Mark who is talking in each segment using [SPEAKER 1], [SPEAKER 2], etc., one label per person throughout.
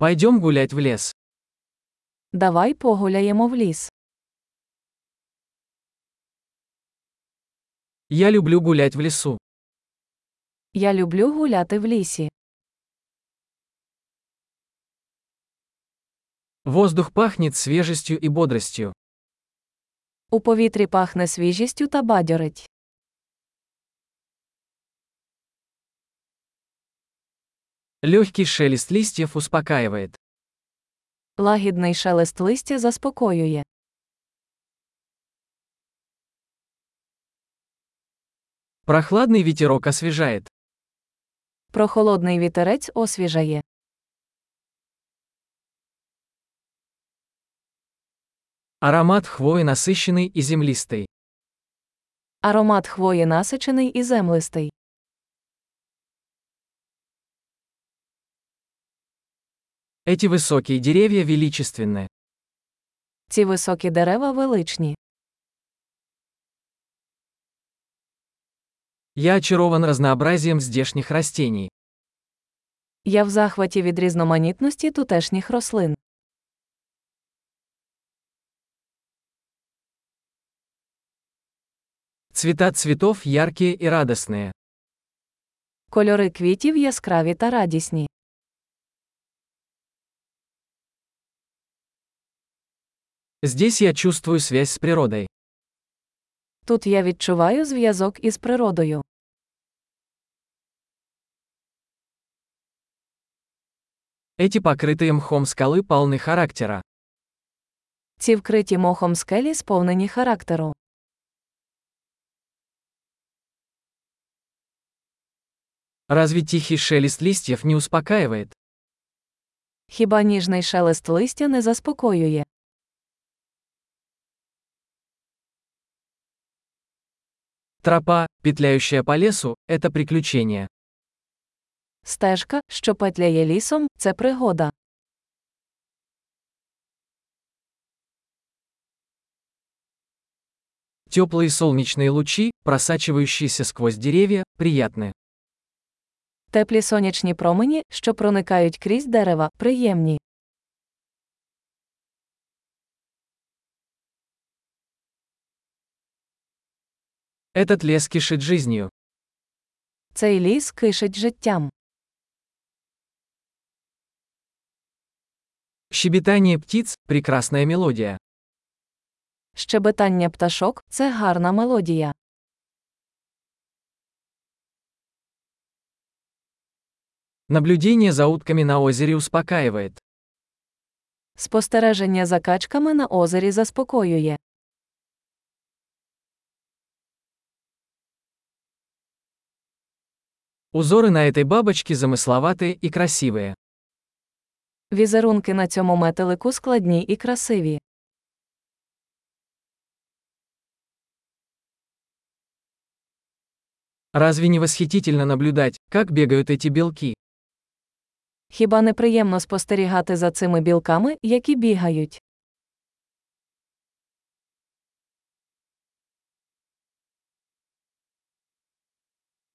[SPEAKER 1] Пойдем гулять в лес.
[SPEAKER 2] Давай погуляємо в ліс.
[SPEAKER 1] Я люблю гулять в лесу.
[SPEAKER 2] Я люблю гуляти в лісі.
[SPEAKER 1] Воздух пахнет свежестью и бодростью.
[SPEAKER 2] У повітрі пахне свіжістю та бадьорить.
[SPEAKER 1] Легкий шелест листьев успокаивает.
[SPEAKER 2] Лагідний шелест листя заспокоює.
[SPEAKER 1] Прохладный ветерок освежает.
[SPEAKER 2] Прохолодний вітерець освіжає.
[SPEAKER 1] Аромат хвои насыщенный и землистый.
[SPEAKER 2] Аромат хвої насичений і землистий.
[SPEAKER 1] Эти высокие деревья величественны.
[SPEAKER 2] Ці високі дерева величні.
[SPEAKER 1] Я очарован разнообразием здешних растений.
[SPEAKER 2] Я в захваті від різноманітності тутешніх рослин.
[SPEAKER 1] Цвета цветов яркие и радостные.
[SPEAKER 2] Кольори квітів яскраві та радісні.
[SPEAKER 1] Здесь я чувствую связь с природой.
[SPEAKER 2] Тут я відчуваю зв'язок із природою.
[SPEAKER 1] Эти покрытые мхом скалы полны характера.
[SPEAKER 2] Ці вкриті мохом скелі сповнені характеру.
[SPEAKER 1] Разве тихий шелест листьев не успокаивает?
[SPEAKER 2] Хіба ніжний шелест листя не заспокоює?
[SPEAKER 1] Тропа, петляющая по лесу, это приключение.
[SPEAKER 2] Стежка, що петляє лісом, це пригода.
[SPEAKER 1] Теплые солнечные лучи, просачивающиеся сквозь деревья, приятны.
[SPEAKER 2] Теплі сонячні промені, що проникають крізь дерева, приємні.
[SPEAKER 1] Этот лес кишит жизнью.
[SPEAKER 2] Цей ліс кишить життям.
[SPEAKER 1] Щебетание птиц – прекрасная мелодия.
[SPEAKER 2] Щебетання пташок це гарна мелодія.
[SPEAKER 1] Наблюдение за утками на озере успокаивает.
[SPEAKER 2] Спостереження за качками на озері заспокоює.
[SPEAKER 1] Узоры на этой бабочке замысловатые и красивые.
[SPEAKER 2] Візерунки на цьому метелику складні і красиві.
[SPEAKER 1] Разве не восхитительно наблюдать, как бегают эти белки?
[SPEAKER 2] Хіба не приємно спостерігати за цими білками, які бігають?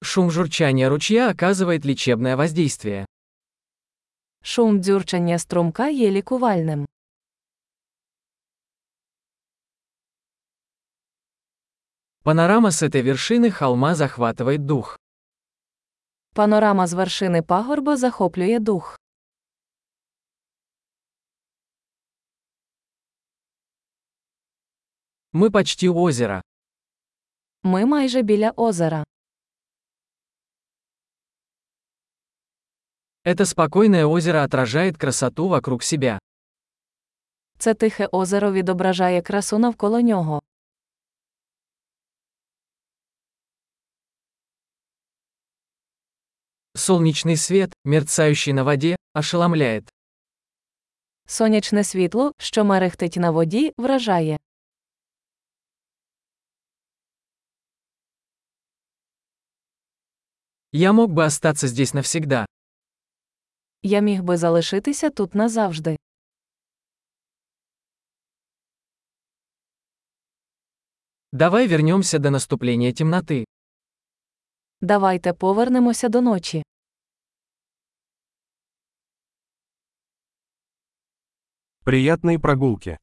[SPEAKER 1] Шум журчания ручья оказывает лечебное воздействие.
[SPEAKER 2] Шум дзюрчання струмка є лікувальним.
[SPEAKER 1] Панорама с этой вершины холма захватывает дух.
[SPEAKER 2] Панорама з вершини пагорба захоплює дух.
[SPEAKER 1] Мы почти у озера.
[SPEAKER 2] Ми майже біля озера.
[SPEAKER 1] Это спокойное озеро отражает красоту вокруг себя.
[SPEAKER 2] Це тихе озеро відображає красу навколо нього.
[SPEAKER 1] Солнечный свет, мерцающий на воде, ошеломляет.
[SPEAKER 2] Сонячне світло, що мерехтить на воді, вражає.
[SPEAKER 1] Я мог бы остаться здесь навсегда.
[SPEAKER 2] Я міг би залишитися тут назавжди.
[SPEAKER 1] Давай вернемся до наступления темноты.
[SPEAKER 2] Давайте повернемося до ночі.
[SPEAKER 3] Приятной прогулки!